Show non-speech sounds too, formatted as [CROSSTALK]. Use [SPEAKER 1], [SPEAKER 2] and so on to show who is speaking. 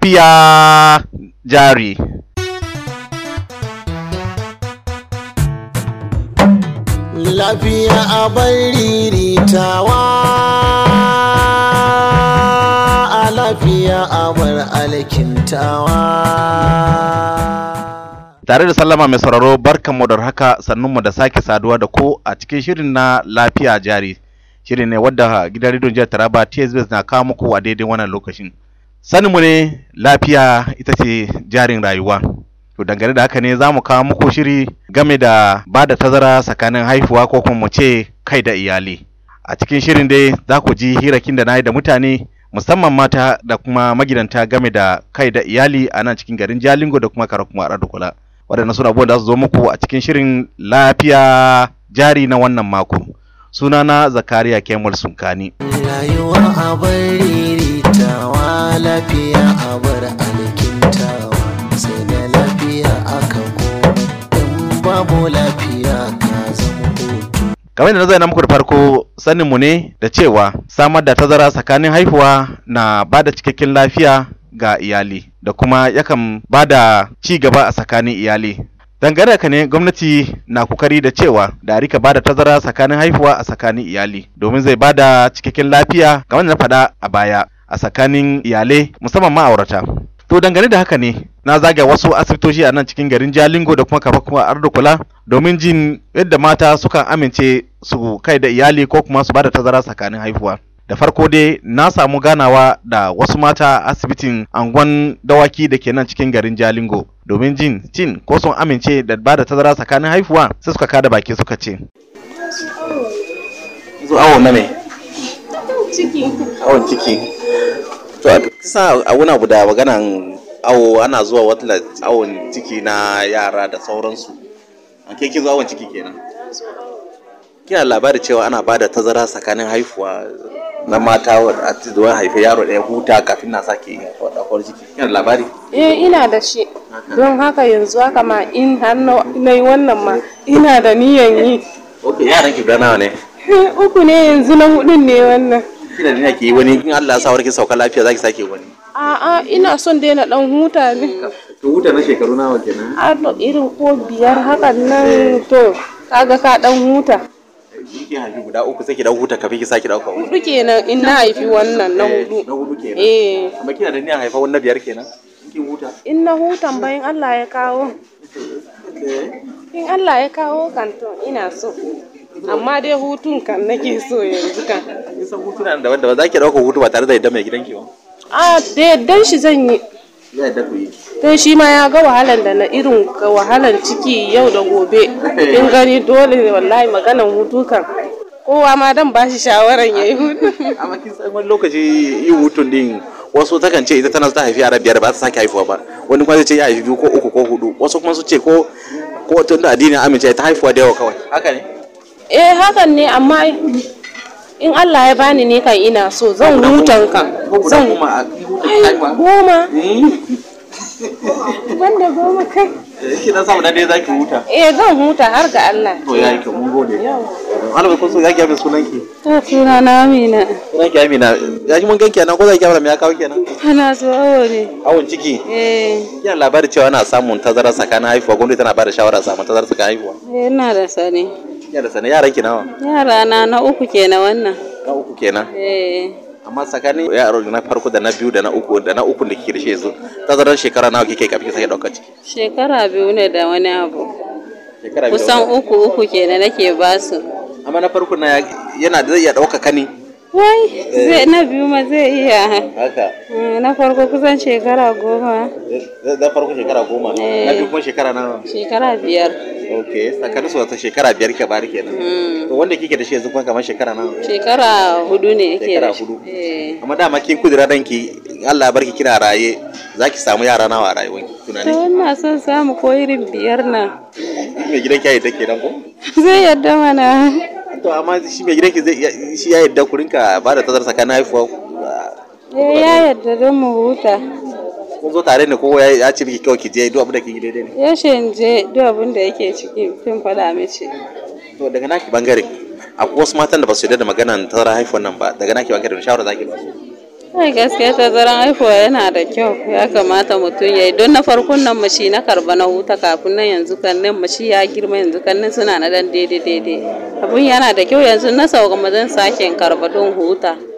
[SPEAKER 1] Lafiya jari.
[SPEAKER 2] lafiya a riritawa a lafiya a bar alkintawa
[SPEAKER 1] Tare da sallama mai sauraro barkanmu da haka sannunmu da sake saduwa da ko a cikin shirin na lafiya jari. Shirin ne wadda gidan rediyon jihar Taraba TSBS na kawo muku a daidai wannan lokacin. Saninmu ne lafiya ita ce jarin rayuwa. To dangane da haka ne za mu kawo muku shiri game da ba da tazara tsakanin haihuwa ko kuma mu ce kai da iyali. A cikin shirin dai za ku ji hirakin da na yi da mutane musamman mata da kuma magidanta game da kai da iyali a nan cikin garin Jalingo da kuma Karakuma a Radukula. Waɗannan suna abubuwan da za su zo muku a cikin shirin lafiya jari na wannan mako. Sunana Zakariya Kemal Sunkani.
[SPEAKER 2] rayuwa a riritawa lafiya a bar alkintawa sai da lafiya aka koma in babu lafiya ka zama hutu
[SPEAKER 1] kamar yadda na zaina muku da farko saninmu ne da cewa samar da tazara tsakanin haihuwa na ba da cikakken lafiya ga iyali da kuma yakan ba da ci gaba a tsakanin iyali dangane ka ne gwamnati na kokari da cewa da rika ba da tazara tsakanin haihuwa a tsakanin iyali domin zai ba da cikakken lafiya kamar yadda na faɗa a baya a tsakanin iyalai musamman ma'aurata to dangane da haka ne na zaga wasu asibitoci a nan cikin garin jalingo da kuma kafa kuma ardukula domin jin yadda mata sukan amince su kai da iyali ko kuma su bada tazara tsakanin haihuwa da farko dai na samu ganawa da wasu mata a asibitin angon dawaki da ke nan cikin garin jalingo domin jin cin ko sun amince da bada tazara tsakanin haihuwa sai suka kada baki suka ce zuwa awo na ne
[SPEAKER 3] ciki
[SPEAKER 1] awon ciki to a kisa a wani abu da maganan awo ana zuwa wata awon ciki na yara da sauransu an ke kin zo awon ciki kenan kina labari cewa ana bada tazara tsakanin haifuwa na mata a zuwa haife yaro ɗaya huta kafin na sake ɗaukar ciki kina labari
[SPEAKER 3] eh ina da shi don haka yanzu haka ma in har na na yi wannan ma ina da niyan yi [LAUGHS]
[SPEAKER 1] ok yaran ki guda nawa ne
[SPEAKER 3] uku ne yanzu na hudun ne wannan
[SPEAKER 1] kina da ki yi wani in Allah ya sa warki sauka lafiya zaki sake wani
[SPEAKER 3] a'a ina son daina dan huta ne
[SPEAKER 1] to huta na shekaru nawa kenan
[SPEAKER 3] har da irin ko biyar hakan nan to kaga ka dan huta
[SPEAKER 1] ki haifi guda uku sai ki dan huta kafin ki sake ɗaukar wani
[SPEAKER 3] hudu kenan in na haifi wannan na
[SPEAKER 1] na
[SPEAKER 3] hudu
[SPEAKER 1] hudu kenan
[SPEAKER 3] eh
[SPEAKER 1] amma kina da niyan haifa wani na biyar kenan kin huta
[SPEAKER 3] in na hutan bayan Allah ya kawo
[SPEAKER 1] Eh,
[SPEAKER 3] in Allah ya kawo kan to ina so amma dai hutun kan nake so yanzu kan
[SPEAKER 1] kin san hutuna da wanda ba za ki dauka hutu ba tare da yadda mai gidanki ba
[SPEAKER 3] A da yaddan shi zan yi.
[SPEAKER 1] za yadda ku yi
[SPEAKER 3] Don shi ma ya ga wahalan da na irin ga wahalan ciki yau da gobe. In gani dole ne wallahi maganan hutu kan. Kowa ma dan bashi shawaran yayi hutu. [LAUGHS]
[SPEAKER 1] amma kin san wani lokaci yin hutun din wasu takan ce ita tana ta haifi yara biyar ba ta sake haifuwa ba wani kuma zai ce ya haifi biyu ko uku ko hudu wasu kuma su ce ko ko tunda addini ya amince ta haifuwa da yawa kawai haka ne
[SPEAKER 3] Eh hakan ne amma in Allah ya bani ne kan ina so zan hutan kan. Zan
[SPEAKER 1] kuma a
[SPEAKER 3] Ai, goma.
[SPEAKER 1] Eh,
[SPEAKER 3] Banda goma kai.
[SPEAKER 1] eh, kina samu dan dai zaki huta
[SPEAKER 3] Eh zan huta har ga Allah.
[SPEAKER 1] to ya yake mun gode halaba ko so zaki yabe sunanki
[SPEAKER 3] Ta suna na Amina.
[SPEAKER 1] sunanki Amina ya ji mun ganki nan ko zaki yabe me ya kawo kenan
[SPEAKER 3] Ana so awo ne.
[SPEAKER 1] awon ciki
[SPEAKER 3] Eh.
[SPEAKER 1] Yan labari cewa ana samun tazara tsakanin haihuwa gwamnati tana bada shawara a samu tazara tsakanin haihuwa.
[SPEAKER 3] Yana eh, da sani.
[SPEAKER 1] Yana da sanin yaran ki nawa?
[SPEAKER 3] Yara na na uku kenan wannan.
[SPEAKER 1] Na uku kenan.
[SPEAKER 3] Eh,
[SPEAKER 1] Amma tsakanin yaro na farko da na biyu da na uku da na uku da kike da shi yanzu tazaran shekara nawa kike kafin ki sake ɗaukar ciki?
[SPEAKER 3] shekara biyu ne da wani abu.
[SPEAKER 1] Shekara biyu. da
[SPEAKER 3] Kusan
[SPEAKER 1] wata.
[SPEAKER 3] uku uku kenan nake ba su.
[SPEAKER 1] Amma na farko na ya- yana da zai iya ɗauka kani.
[SPEAKER 3] Wai, zai na biyu ma zai iya.
[SPEAKER 1] Haka.
[SPEAKER 3] Eh, Na farko kusan shekara goma,
[SPEAKER 1] Na farko shekara goma.
[SPEAKER 3] Eh.
[SPEAKER 1] Na biyu kuma shekara nawa?
[SPEAKER 3] shekara biyar.
[SPEAKER 1] Ok. Tsakanin su wata shekara biyar ke bari kenan.
[SPEAKER 3] Mm,
[SPEAKER 1] To wanda kike da shi yanzu kuma kamar shekara nawa?
[SPEAKER 3] Shekara hudu ne yake
[SPEAKER 1] Shekara
[SPEAKER 3] da shi.
[SPEAKER 1] hudu.
[SPEAKER 3] Eh.
[SPEAKER 1] Amma dama kin kudura danki in Allah ya barki kina raye zaki samu yara nawa a rayuwanki tunani.
[SPEAKER 3] To ina son samu ko irin biyar nan. [LAUGHS]
[SPEAKER 1] mai gidan ya yadda kenan ko
[SPEAKER 3] Zai yadda mana.
[SPEAKER 1] to amma shi mai gidan ki zai iya- shi ya yadda ku rinka ba da tazara tsakanin haifuwa
[SPEAKER 3] Eh, ya yadda don mu huta.
[SPEAKER 1] kun zo tare ne ko ya ya ce miki kawai ki je duk abin da kin yi daidai ne
[SPEAKER 3] Yashe in je duk abin da yake ciki tun faɗa mace.
[SPEAKER 1] to daga naki bangare akwai wasu matan da ba su yarda da maganan tazara haifuwan nan ba daga naki bangare da shawara zaki ba su
[SPEAKER 3] Ai gaskiya tazaran haihuwa yana da kyau ya kamata mutum ya yi don na farkon nan mashi na karba na huta kafin nan yanzu kan nan mashi ya girma yanzu kan nan suna na dan daidai daidai abun yana da kyau yanzu na sauka mazan sake in karba don huta